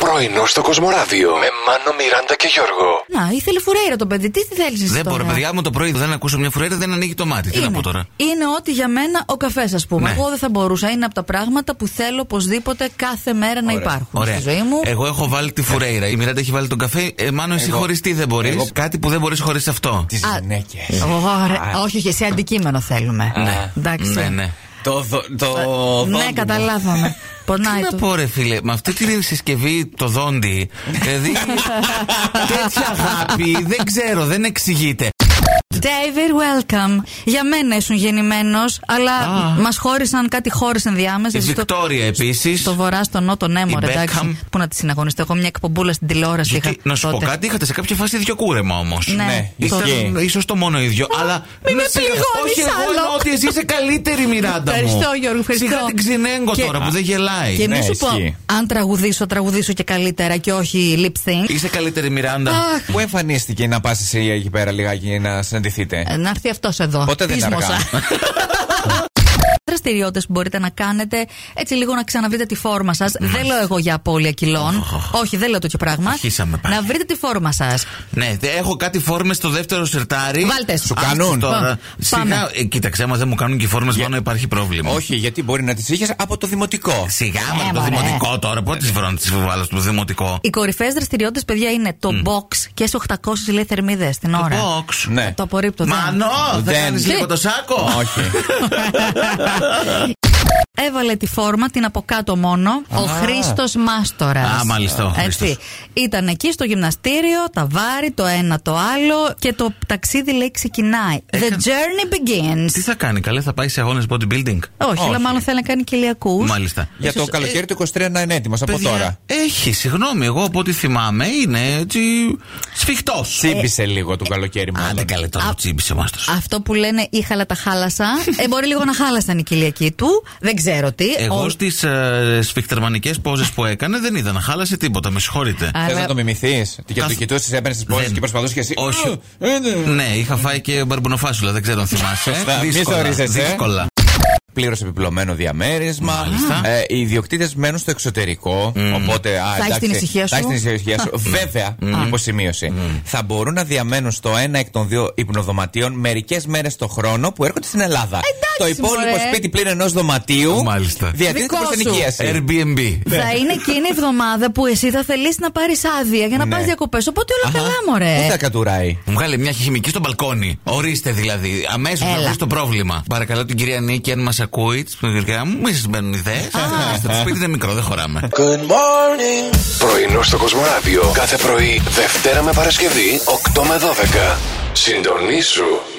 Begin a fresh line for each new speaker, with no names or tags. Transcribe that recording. Πρωινό στο Κοσμοράδιο με Μάνο, Μιράντα και Γιώργο.
Να, ήθελε φουρέιρα το παιδί. Τι θέλεις εσύ.
Δεν
τώρα?
μπορώ, παιδιά μου το πρωί δεν ακούσω μια φουρέτα, δεν ανοίγει το μάτι. Τι να
Είναι.
πω τώρα.
Είναι ότι για μένα ο καφές, ας πούμε.
Ναι.
Εγώ δεν θα μπορούσα. Είναι από τα πράγματα που θέλω οπωσδήποτε κάθε μέρα να υπάρχουν
Ωραία. Ε,
στη ζωή μου.
Εγώ έχω βάλει τη φουρέιρα. Η Μιράντα έχει βάλει τον καφέ. Ε, μάνο, εσύ
Εγώ-
χωρίς τι δεν μπορείς.
Εγώ-
Κάτι που δεν μπορείς χωρίς αυτό.
Τις
Α.
γυναίκες.
Ωραία. Όχι, όχι, εσύ αντικείμενο θέλουμε.
Ναι.
Εντάξει.
Ναι, ναι.
Το. δο- το
Ναι,
δόντιμο.
καταλάβαμε.
Τι
Πονάει
να
το.
πω ρε φίλε, με αυτή τη συσκευή το δόντι, δηλαδή τέτοια αγάπη, δεν ξέρω, δεν εξηγείται.
David, welcome. Για μένα ήσουν γεννημένος, αλλά
Α.
μας χώρισαν, κάτι χώρισαν διάμεσα.
Η
Εσύ το-
Βικτόρια επίσης.
Στο βορρά, στο νότο, ναι, μωρέ,
Η
εντάξει.
Beckham.
Πού να τη συναγωνιστώ. Εγώ μια εκπομπούλα στην τηλεόραση είχα.
Να σου πω
τότε.
κάτι, είχατε σε κάποια φάση δύο κούρεμα όμως.
Ναι,
Ναι,
το-
ισχύει.
Ίσως το μόνο ίδιο, αλλά.
μην με
Ναι, σιγά-
πληγώνεις
Όχι, εγώ
άλλο.
εννοώ ότι εσύ είσαι καλύτερη, Μιράντα. μου.
Ευχαριστώ, Γιώργο, ευχαριστώ.
Σιγά την ξυνέγκο
Και-
τώρα που δεν γελάει.
Και μη
Ναι,
σου πω,
ισχύει.
αν τραγουδήσω, τραγουδήσω και καλύτερα και όχι lip sync.
Είσαι καλύτερη, Μιράντα.
Αχ,
Πού εμφανίστηκε να πας εσύ εκεί πέρα λιγάκι να συναντηθείτε.
να έρθει αυτός εδώ.
Ποτέ δεν είναι
Πείσμωσα.
αργά.
Δραστηριότητε που μπορείτε να κάνετε, έτσι λίγο να ξαναβρείτε τη φόρμα σας. Δεν λέω εγώ για απώλεια κιλών. Όχι, δεν λέω τέτοιο πράγμα.
Αρχίσαμε πάλι.
Να βρείτε τη φόρμα σας.
Ναι, δε- έχω κάτι φόρμες στο δεύτερο σιρτάρι.
Βάλτε.
Σου κάνουν.
Τώρα.
Πάμε.
Σιγά, ε, κοίταξε, άμα δεν μου κάνουν και φόρμες, πάνω υπάρχει πρόβλημα.
Όχι, γιατί μπορεί να τις είχες από το δημοτικό.
Σιγά
Ε,
με το
μωρέ.
δημοτικό τώρα. Πότε βρω να τις βάλω στο δημοτικό.
Οι κορυφαίες δραστηριότητες, παιδιά, είναι το box και σε 800 λέει θερμίδες την ώρα.
Box.
Ναι.
Το απορρίπτω. δεν.
Μανώ, θα
Δεν.
κάνεις λίγο
Τι?
το σάκο.
Όχι.
Έβαλε τη φόρμα την από κάτω μόνο ο Χρήστος Μάστορας.
Α, μάλιστα, ο Χρήστος.
Έτσι. Ήταν εκεί στο γυμναστήριο, τα βάρη, το ένα το άλλο και το ταξίδι λέει ξεκινάει. The journey begins.
Τι θα κάνει, καλέ, θα πάει σε αγώνες bodybuilding.
Όχι, αλλά
Όχι.
μάλλον θέλει να κάνει κοιλιακού.
Μάλιστα.
Για το
Ίσως,
καλοκαίρι του 23 να είναι έτοιμος από
Ε, Παιδιά,
τώρα.
Έχει, συγγνώμη, εγώ από ό,τι θυμάμαι είναι έτσι. σφιχτός.
Τσίμπησε λίγο το καλοκαίρι μάλλον.
Άντε καλέ, τώρα τσίμπησε μάστο.
Αυτό που λένε είχαλα τα χάλασα. ε, μπορεί λίγο να χάλασαν οι κοιλιακοί του. Δεν ξέρω τι. Ο-
Εγώ στις ε, σφιχτερμανικέ πόζες που έκανε δεν είδα να χάλασε τίποτα, με συγχωρείτε.
Θες να
αλλά-
το μιμηθείς. Τι και
Καθ-
το κοιτούσε, έπαιρνες τις πόρτε
Δεν.
και προσπαθούσες και εσύ.
Όχι.
Ε, ναι.
Ναι, είχα φάει και μπαρμπουνοφάσουλα, δεν ξέρω αν θυμάσαι.
Σωστά, μη
δύσκολα.
σορίζεσαι.
δύσκολα.
πλήρωσε επιπλωμένο διαμέρισμα. Ε, οι ιδιοκτήτες μένουν στο εξωτερικό. Οπότε. Α,
έχεις
εντάξει,
την ησυχία
Θα
σου.
έχει την ησυχία σου. Βέβαια, υποσημείωση. Θα μπορούν να διαμένουν στο ένα εκ των δύο υπνοδωματίων μερικές μέρες το χρόνο που έρχονται στην Ελλάδα.
Εντάξει,
το υπόλοιπο
μωρέ.
σπίτι πλήν ενός δωματίου
Μάλιστα.
διατίθεται
Δικό
προ
σου.
ενοικίαση.
Airbnb.
Θα είναι εκείνη η εβδομάδα που εσύ θα θελήσεις να πάρεις άδεια για να
Ναι.
πας πα διακοπές. Οπότε όλα
Αχα.
καλά, μωρέ.
Πού θα κατουράει.
Μου βγάλε μια χημική στο μπαλκόνι. Ορίστε δηλαδή. Αμέσως
Έλα.
να βρει το πρόβλημα. Παρακαλώ την κυρία Νίκη, αν μας ακούει, της πνευματικά μου, μη σας μπαίνουν ιδέες. Το σπίτι είναι μικρό, δεν χωράμε.
Πρωινό στο Κοσμοράδιο κάθε πρωί, Δευτέρα με Παρασκευή, 8 με 12. Συντονίσου